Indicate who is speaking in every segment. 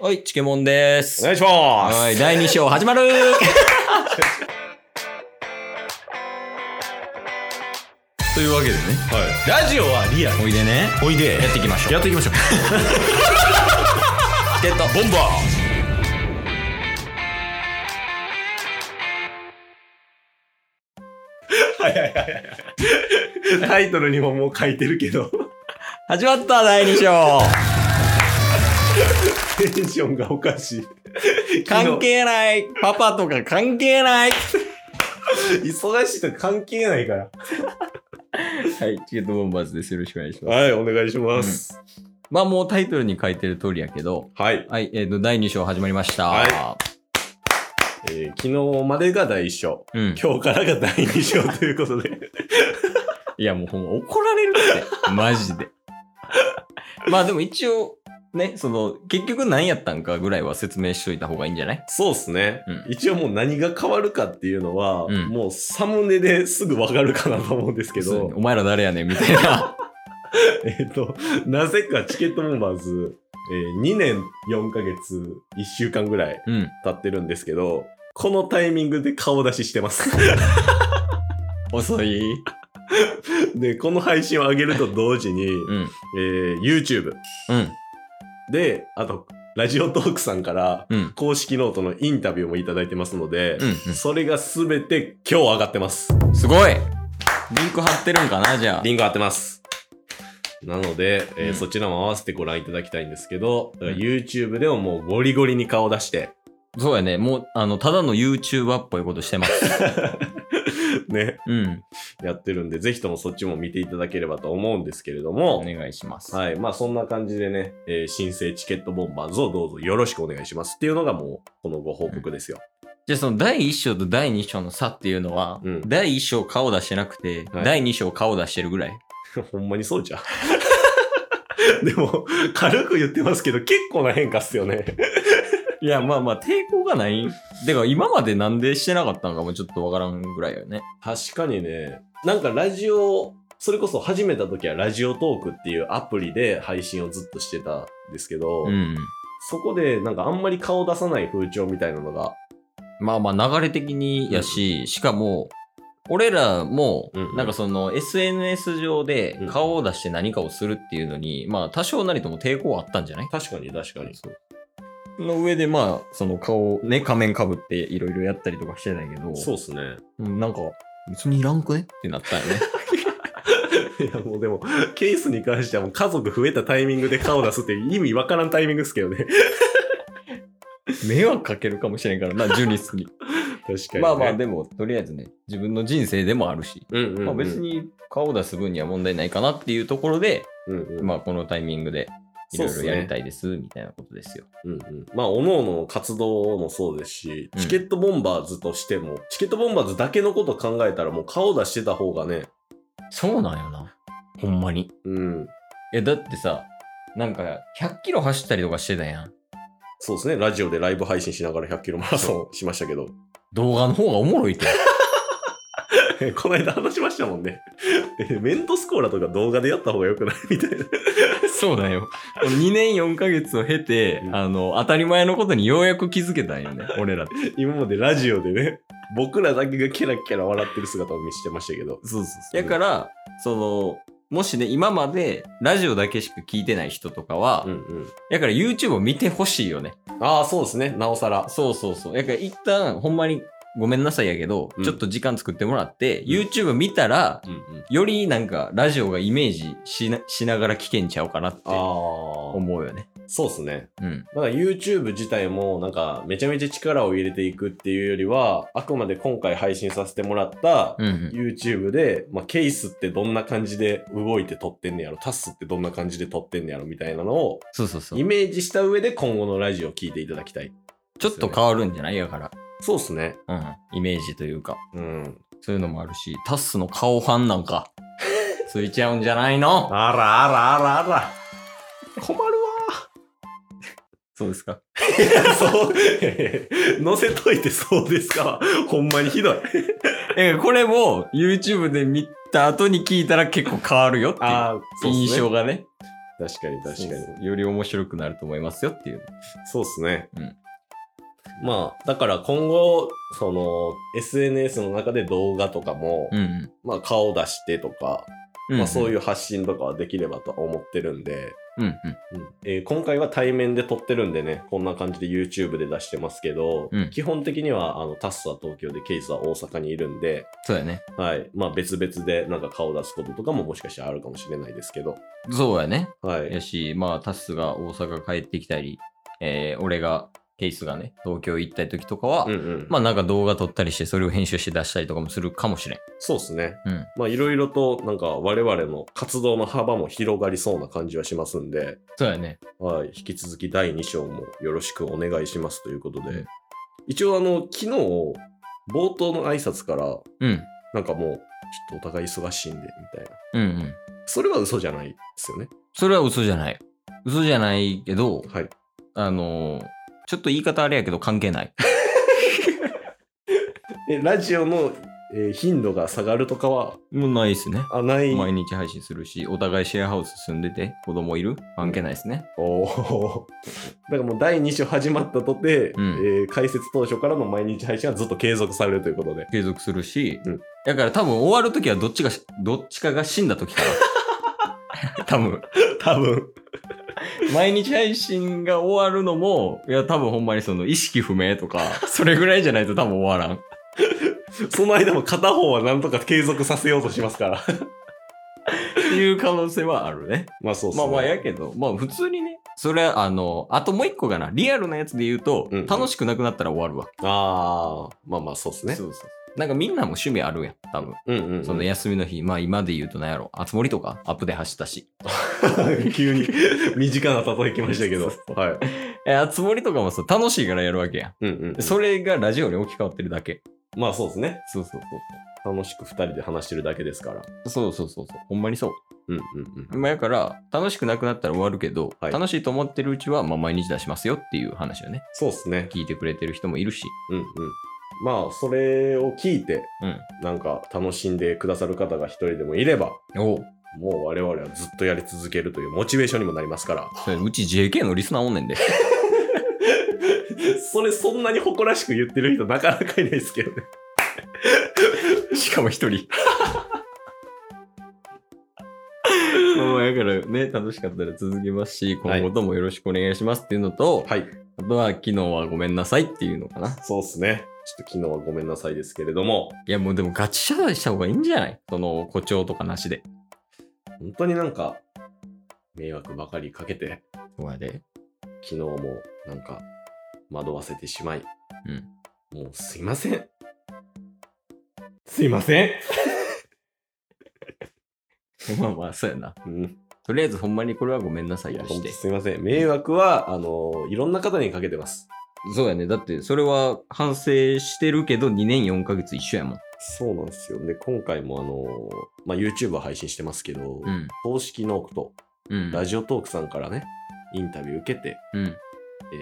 Speaker 1: はい、チケモンで
Speaker 2: お
Speaker 1: す。
Speaker 2: 願いします。
Speaker 1: はい、第2章始まるというわけでね、
Speaker 2: ラジオはリアル。
Speaker 1: おいでね、
Speaker 2: おいで。
Speaker 1: やっていきましょう。
Speaker 2: っていきましょう。
Speaker 1: ゲット
Speaker 2: ボンバーはいはいはいはい。タイトルにももう書いてるけど、
Speaker 1: 始まった、第2章
Speaker 2: テンションがおかしい。
Speaker 1: 関係ないパパとか関係ない
Speaker 2: 昨日忙しいと関係ないから。
Speaker 1: はい、チケットボンバーズです。よろしくお願いします。
Speaker 2: はい、お願いします。
Speaker 1: まあもうタイトルに書いてる通りやけど、
Speaker 2: はい、
Speaker 1: はい、えっ、と、第2章始まりました。
Speaker 2: はえー昨日までが第一章。
Speaker 1: うん。
Speaker 2: 今日からが第二章ということで。
Speaker 1: いや、もうほんま怒られるって。マジで。 まあでも一応、ね、その、結局何やったんかぐらいは説明しといた方がいいんじゃない
Speaker 2: そうですね、
Speaker 1: うん
Speaker 2: 一応もう何が変わるかっていうのは、
Speaker 1: うん
Speaker 2: もうサムネですぐわかるかなと思うんですけ
Speaker 1: そうね
Speaker 2: ど、
Speaker 1: お前ら誰やねんみたい な。
Speaker 2: えっと、なぜかチケットボンバーズ、えー2年4ヶ月、1週間ぐらい
Speaker 1: うん。
Speaker 2: 経ってるんですけど、このタイミングで顔出ししてます。
Speaker 1: 遅い。
Speaker 2: で、この配信を上げると同時に、
Speaker 1: うん。
Speaker 2: えー YouTube
Speaker 1: うん。
Speaker 2: で、あと、ラジオトークさんから、
Speaker 1: うん。
Speaker 2: 公式ノートのインタビューもいただいてますので、
Speaker 1: うん、
Speaker 2: それが全て今日上がってます。
Speaker 1: うん。すごいリンク貼ってるんかなじゃあ。
Speaker 2: リンク貼ってます。なので、えー
Speaker 1: うん
Speaker 2: そちらも合わせてご覧いただきたいんですけど、
Speaker 1: うん
Speaker 2: YouTube でももうゴリゴリに顔出して、
Speaker 1: そうやね。もう、あの、ただの YouTuber っぽいことしてます。
Speaker 2: ね、
Speaker 1: うん。
Speaker 2: やってるんで、ぜひともそっちも見ていただければと思うんですけれど
Speaker 1: お
Speaker 2: も、
Speaker 1: 願いします。
Speaker 2: はい、まあそんな感じでね、えー新生チケットボンバーズをどうぞよろしくお願いしますっていうのがもう、このご報告ですよ。
Speaker 1: じゃあその第1章と第2章の差っていうのは、
Speaker 2: うん
Speaker 1: 第1章顔出してなくて、
Speaker 2: はい
Speaker 1: 第2章顔出してるぐらい。
Speaker 2: ほんまにそうじゃん。 でも、軽く言ってますけど、結構な変化っすよね。
Speaker 1: いや、まあまあ、抵抗がない。てか、今までなんでしてなかったのかもちょっとわからんぐらいよね。
Speaker 2: 確かにね、なんかラジオ、それこそ始めた時はラジオトークっていうアプリで配信をずっとしてたんですけど、
Speaker 1: うん。
Speaker 2: そこでなんかあんまり顔出さない風潮みたいなのが、
Speaker 1: まあまあ、流れ的にやし、しかも、俺らも
Speaker 2: うんう、ん
Speaker 1: なんかその SNS 上で
Speaker 2: うん
Speaker 1: 顔を出して何かをするっていうのに、まあ多少なりとも抵抗はあったんじゃない
Speaker 2: 確かに確かに。
Speaker 1: の上でまあ、その顔をね、仮面かぶっていろいろやったりとかしてたけど、
Speaker 2: そうっすね。
Speaker 1: うんなんか、別にいらんくねってなったよ ね。
Speaker 2: いやもうでも、ケースに関してはもう家族増えたタイミングで顔出すっていう意味わからんタイミングですけどね。
Speaker 1: 迷惑かけるかもしれんからな、ジュニスに。
Speaker 2: 確かに、ね。
Speaker 1: まあまあ、でも、とりあえずね、自分の人生でもあるし、
Speaker 2: うんうん、うん。
Speaker 1: まあ、別。に顔を出す分には問題ないかなっていうところで、
Speaker 2: うんうん。
Speaker 1: まあ、このタイミングでい
Speaker 2: そう
Speaker 1: ろ
Speaker 2: っ
Speaker 1: いろ
Speaker 2: す
Speaker 1: やり
Speaker 2: ね。
Speaker 1: たいですみたいなことですよ。
Speaker 2: うんうん、まあ、おのの活動もそうですし、
Speaker 1: うん
Speaker 2: チケットボンバーズとしても、チケットボンバーズだけのこと考えたら、もう顔出してた方がね、
Speaker 1: そうなんよな。ほんまに。
Speaker 2: うん、
Speaker 1: え、だってさ、なんか100キロ走ったりとかしてたやん。
Speaker 2: そうですね、ラジオでライブ配信しながら100キロマラソンしましたけど、
Speaker 1: 動画の方がおもろいって。
Speaker 2: この間話しましたもんね。 えメントスコーラとか動画でやった方がよくないみたいな。
Speaker 1: そうだよ。2年4ヶ月を経て
Speaker 2: うん
Speaker 1: あの、当たり前のことにようやく気づけたんよ ね、俺らって。
Speaker 2: 今までラジオでね、僕らだけがキラキラ笑ってる姿を見せてましたけど。
Speaker 1: そうそうだから、その、もしね、今までラジオだけしか聞いてない人とかは、
Speaker 2: うんうん。
Speaker 1: だから YouTube を見てほしいよね。
Speaker 2: ああ、そうですね、なおさら。
Speaker 1: そうそうそう。だから一旦、ほんまにごめんなさいやけど、
Speaker 2: うん
Speaker 1: ちょっと時間作ってもらって、YouTube 見たら、
Speaker 2: うんうん。
Speaker 1: よりなんかラジオがイメージしなしながら聞けんちゃうかなって
Speaker 2: ああ、
Speaker 1: 思うよね。
Speaker 2: そうですね。
Speaker 1: うん。
Speaker 2: だから YouTube 自体もなんかめちゃめちゃ力を入れていくっていうよりは、あくまで今回配信させてもらった
Speaker 1: うん、うん。
Speaker 2: YouTube で、まあ、ケースってどんな感じで動いて撮ってんねやろ、タスってどんな感じで撮ってんねやろみたいなのを
Speaker 1: そうそうそ
Speaker 2: イ
Speaker 1: う。
Speaker 2: メージした上で今後のラジオを聞いていただきたい。
Speaker 1: ちょっと変わるんじゃないやから。
Speaker 2: そうっすね。
Speaker 1: うん。イメージというか。
Speaker 2: うん。
Speaker 1: そういうのもあるし、タッスの顔ファンなんか、 ついちゃうんじゃないの
Speaker 2: あらあらあらあら。困る
Speaker 1: そうですか。
Speaker 2: わ。 そう。載せといてそうですか。ほんまにひどい。
Speaker 1: え、これも YouTube で見た後に聞いたら結構変わるよっていう
Speaker 2: ああ、そうっすね
Speaker 1: 印象がね。
Speaker 2: 確かに確かに。
Speaker 1: そうそうより面白くなると思いますよっていう。
Speaker 2: そうですね。
Speaker 1: うん
Speaker 2: まあ、だから今後、その、SNS の中で動画とかも、
Speaker 1: うんうん。
Speaker 2: まあ、顔出してとか、まあ、そういう発信とかはできればとは思ってるんで、
Speaker 1: うん。うん
Speaker 2: うんえー今回は対面で撮ってるんでね、こんな感じで YouTube で出してますけど、
Speaker 1: うん
Speaker 2: 基本的には、あの、タスは東京で、ケイスは大阪にいるんで、
Speaker 1: そうやね。
Speaker 2: はい。まあ、別々で、なんか顔出すこととかももしかしたらあるかもしれないですけど、
Speaker 1: そうやね。
Speaker 2: はい。
Speaker 1: やし、まあ、タスが大阪帰ってきたり、えー俺が、ケイスがね、東京行ったり時とかは、
Speaker 2: うんうん。
Speaker 1: まあなんか動画撮ったりして、それを編集して出したりとかもするかもしれん。
Speaker 2: そうですね。
Speaker 1: うん。
Speaker 2: まあいろいろとなんか我々の活動の幅も広がりそうな感じはしますんで、
Speaker 1: そうやね。
Speaker 2: はい、引き続き第2章もよろしくお願いしますということで、
Speaker 1: うん
Speaker 2: 一応あの昨日冒頭の挨拶から
Speaker 1: うん。
Speaker 2: なんかもうちょっとお互い忙しいんでみたいな
Speaker 1: うんうん。
Speaker 2: それは嘘じゃないですよね
Speaker 1: それは嘘じゃない。嘘じゃないけど、
Speaker 2: はい
Speaker 1: あのーちょっと言い方あれやけど関係ない。
Speaker 2: えラジオの、えー頻度が下がるとかは
Speaker 1: もうないっすね。
Speaker 2: あない
Speaker 1: 毎日配信するし、お互いシェアハウス住んでて、子供いる関係ないですね。
Speaker 2: おー だからもう第2章始まったとて、
Speaker 1: うん
Speaker 2: えー解説当初からの毎日配信はずっと継続されるということで
Speaker 1: 継続するし、
Speaker 2: うん
Speaker 1: だから多分終わる時はどっちが、どっちかが死んだ時から 多分。
Speaker 2: 多分
Speaker 1: 毎日配信が終わるのも、いや多分ほんまにその意識不明と か、それぐらいじゃないと多分終わらん。
Speaker 2: その間も片方はなんとか継続させようとしますから。
Speaker 1: っていう可能性はあるね。
Speaker 2: まあそうっす
Speaker 1: ま
Speaker 2: ね。
Speaker 1: あまあやけど、まあ普通にね、それはあの、あともう一個かな、リアルなやつで言うと、
Speaker 2: うんうん
Speaker 1: 楽しくなくなったら終わるわ。
Speaker 2: あーまあまあそうっすね。
Speaker 1: そうそう。なんかみんなも趣味あるやん、多分。
Speaker 2: うんうんうん。
Speaker 1: その休みの日、まあ今で言うとなんやろ、あつ森とかアップで走ったし。
Speaker 2: 急に身近な例え来ましたけど
Speaker 1: そう。
Speaker 2: はい。
Speaker 1: え、あつ森とかもさ、楽しいからやるわけや
Speaker 2: うんうん
Speaker 1: ん。。それがラジオに置き換わってるだけ。
Speaker 2: まあそうですね。
Speaker 1: そうそう
Speaker 2: 楽しく二人で話してるだけですから。
Speaker 1: そう。そうそうそうそう。ほんまにそう。
Speaker 2: うんうんうん。
Speaker 1: まあやから、楽しくなくなったら終わるけど、
Speaker 2: はい
Speaker 1: 楽しいと思ってるうちは、まあ毎日出しますよっていう話をね、
Speaker 2: そうっすね。
Speaker 1: 聞いてくれてる人もいるし。
Speaker 2: うんうん。まあそれを聞いて、
Speaker 1: うん。
Speaker 2: なんか楽しんでくださる方が一人でもいれば、
Speaker 1: おう
Speaker 2: もう我々はずっとやり続けるというモチベーションにもなります から。
Speaker 1: それうち JK のリスナーおんねんで。
Speaker 2: それそんなに誇らしく言ってる人なかなかいないですけどね。
Speaker 1: しかも一人。まあ、だからね、楽しかったら続けますし、今後ともよろしくお願いしますっていうのと、
Speaker 2: はい。
Speaker 1: あとは昨日はごめんなさいっていうのかな。
Speaker 2: そうっすね。ちょっと昨日はごめんなさいですけれども、
Speaker 1: いや、もうでもガチ謝罪した方がいいんじゃないその誇張とかなしで。
Speaker 2: 本当になんか、迷惑ばかりかけて、
Speaker 1: そうやで。
Speaker 2: 昨日もなんか、惑わせてしまい、
Speaker 1: うん。
Speaker 2: もうすいません。すいません。
Speaker 1: まあまあ、そうやな。
Speaker 2: うん、
Speaker 1: とりあえずほんまにこれはごめんなさ
Speaker 2: い
Speaker 1: い
Speaker 2: や、
Speaker 1: と
Speaker 2: ほ
Speaker 1: し
Speaker 2: んと
Speaker 1: て。
Speaker 2: すいません。迷惑は、あのいろんな方にかけてます。
Speaker 1: そうやね。だって、それは反省してるけど、2年4ヶ月一緒やもん。
Speaker 2: そうなんですよ。で、今回もあのまあ、YouTube は配信してますけど、
Speaker 1: うん。
Speaker 2: 公式ノークと、
Speaker 1: うん。
Speaker 2: ラジオトークさんからね、インタビュー受けて、
Speaker 1: うん。うん。
Speaker 2: え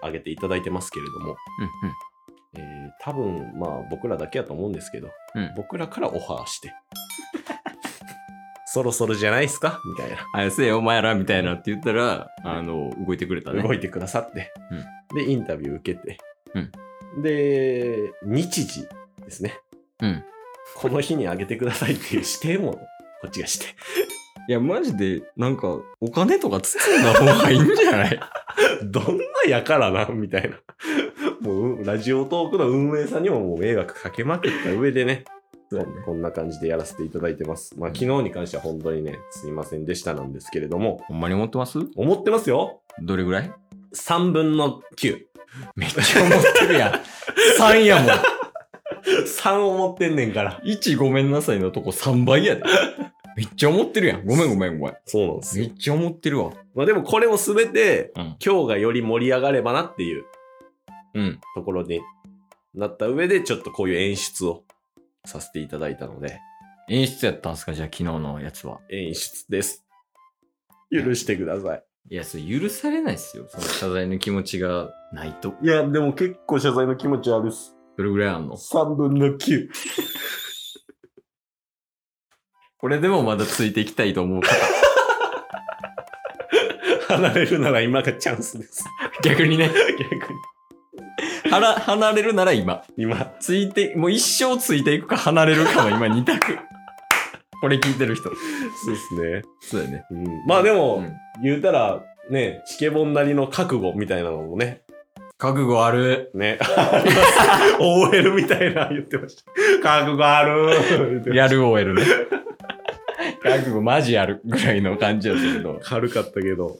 Speaker 2: ー、上げていただいてますけれども、えー、多分まあ僕らだけやと思うんですけど、
Speaker 1: うん
Speaker 2: 僕らからオファーして そろそろじゃないですかみたいな
Speaker 1: あ、せえよお前らみたいなって言ったら、あの、動いてくれたね。
Speaker 2: 動いてくださって、でインタビュー受けて、で日時ですね
Speaker 1: うん。
Speaker 2: この日にあげてくださいっていう指定も こっちがして
Speaker 1: いや、マジで、なんか、お金とか包んだ方がいいんじゃない
Speaker 2: どんなやからなみたいなもうラジオトークの運営さんにももう迷惑かけまくった上でね
Speaker 1: そうね
Speaker 2: こんな感じでやらせていただいてます。まあ、
Speaker 1: うん
Speaker 2: 昨日に関しては本当にね、すいませんでしたなんですけれども、
Speaker 1: ほんまに思ってます
Speaker 2: 思ってますよ
Speaker 1: どれぐらい
Speaker 2: ?3 分の9。
Speaker 1: めっちゃ思ってる やん。3やもん。
Speaker 2: 3思ってんねんから。
Speaker 1: 1ごめんなさいのとこ3倍やで。めっちゃ思ってるやん。ごめんごめんごめん。
Speaker 2: そうなんです
Speaker 1: め
Speaker 2: よ。
Speaker 1: っちゃ思ってるわ。
Speaker 2: まあでもこれをすべて、
Speaker 1: うん。
Speaker 2: 今日がより盛り上がればなっていう
Speaker 1: うん。
Speaker 2: ところになった上で、ちょっとこういう演出をさせていただいたので、
Speaker 1: 演出やったんすかじゃあ昨日のやつは。
Speaker 2: 演出です。許してください。
Speaker 1: いや、それ許されないっすよ。その謝罪の気持ちがないと。
Speaker 2: いや、でも結構謝罪の気持ちあるっす。
Speaker 1: どれぐらいあんの
Speaker 2: 3分の9。
Speaker 1: これでもまだついていきたいと思うから。
Speaker 2: 離れるなら今がチャンスです。
Speaker 1: 逆にね。
Speaker 2: 逆に。
Speaker 1: はら離れるなら今。
Speaker 2: 今。
Speaker 1: ついて、もう一生ついていくか離れるかの今二択。これ聞いてる人。
Speaker 2: そうです
Speaker 1: そ
Speaker 2: ね。
Speaker 1: うだよね。
Speaker 2: うん、まあでも、
Speaker 1: うん
Speaker 2: 言うたら、ね、チケボンなりの覚悟みたいなのもね、
Speaker 1: 覚悟ある。
Speaker 2: ね、あります OL みたいな言ってました。覚悟あるー言って
Speaker 1: やる OL ね。覚悟マジやるぐらいの感じやったけど。
Speaker 2: 軽かったけど、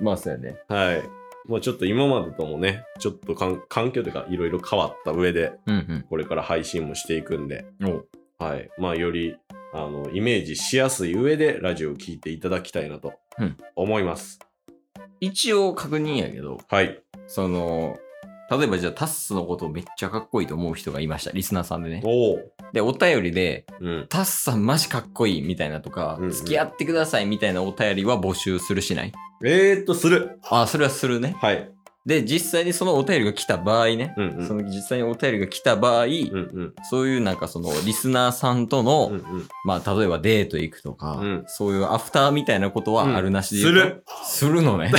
Speaker 1: まあそうやね。
Speaker 2: はい。もうちょっと今までともね、ちょっとかん環境というかいろいろ変わった上で、
Speaker 1: うん
Speaker 2: これから配信もしていくんで、
Speaker 1: うん。おう
Speaker 2: はい。まあ、より、あの、イメージしやすい上で、ラジオを聞いていただきたいなと
Speaker 1: うん、
Speaker 2: 思います。
Speaker 1: 一応確認やけど、
Speaker 2: はい。
Speaker 1: その、例えばじゃあタッスのことをめっちゃかっこいいと思う人がいました。リスナーさんでね。
Speaker 2: おお。
Speaker 1: で、お便りで、
Speaker 2: うん。
Speaker 1: タッスさんマジかっこいいみたいなとか、
Speaker 2: うんうん
Speaker 1: 付き合ってくださいみたいなお便りは募集するしない
Speaker 2: えー、っと、する。
Speaker 1: あ、それはするね。
Speaker 2: はい。
Speaker 1: で、実際にそのお便りが来た場合ね、
Speaker 2: うんうん。
Speaker 1: その実際にお便りが来た場合、
Speaker 2: うんうん。
Speaker 1: そういうなんかそのリスナーさんとの、
Speaker 2: うんうん。
Speaker 1: まあ例えばデート行くとか、
Speaker 2: うん
Speaker 1: そういうアフターみたいなことはあるなしで、
Speaker 2: する。。
Speaker 1: するのね。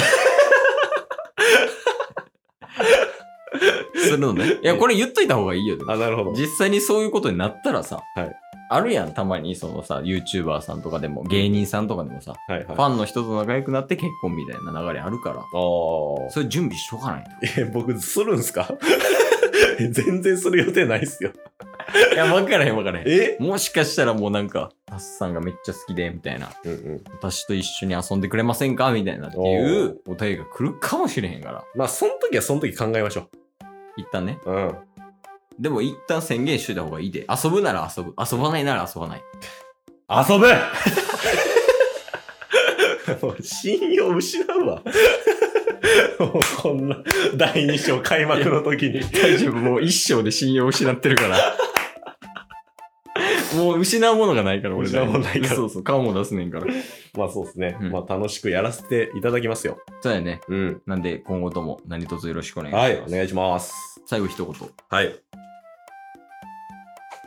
Speaker 1: するのね。いや、これ言っといた方がいいよ。でも
Speaker 2: あ、なるほど。
Speaker 1: 実際にそういうことになったらさ、
Speaker 2: はい
Speaker 1: あるやん、たまにそのさ、YouTuber さんとかでも、芸人さんとかでもさ、
Speaker 2: はいはい。
Speaker 1: フ
Speaker 2: あ
Speaker 1: ァンの人と仲良くなって結婚みたいな流れあるから、
Speaker 2: あー。
Speaker 1: それ準備しとかない
Speaker 2: え、僕、するんすか 全然する予定ないっすよ。
Speaker 1: と。いや、わからへんわからへん。
Speaker 2: え
Speaker 1: もしかしたらもうなんか、タスさんがめっちゃ好きで、みたいな、
Speaker 2: うんうん。
Speaker 1: 私と一緒に遊んでくれませんかみたいなっていうお便りが来るかもしれへんから、
Speaker 2: まあ、その時はその時考えましょ
Speaker 1: 一旦ね。
Speaker 2: う。うん。
Speaker 1: でも一旦宣言しといた方がいいで。遊ぶなら遊 ぶ。遊ばないなら遊ばない。
Speaker 2: 遊ぶもう信用失うわ。 もうこんな第2章開幕の時に。
Speaker 1: 大丈夫。もう一生で信用失ってる から。もう失うものがないから、俺ら
Speaker 2: 失うものないから
Speaker 1: そうそう、顔も出すねんから。
Speaker 2: まあそうですね。
Speaker 1: うん
Speaker 2: まあ楽しくやらせていただきますよ。
Speaker 1: そうやね。
Speaker 2: うん。
Speaker 1: なんで、今後とも何卒よろしくお願いしま
Speaker 2: は
Speaker 1: す。
Speaker 2: い、お願いします。
Speaker 1: 最後一言。
Speaker 2: はい。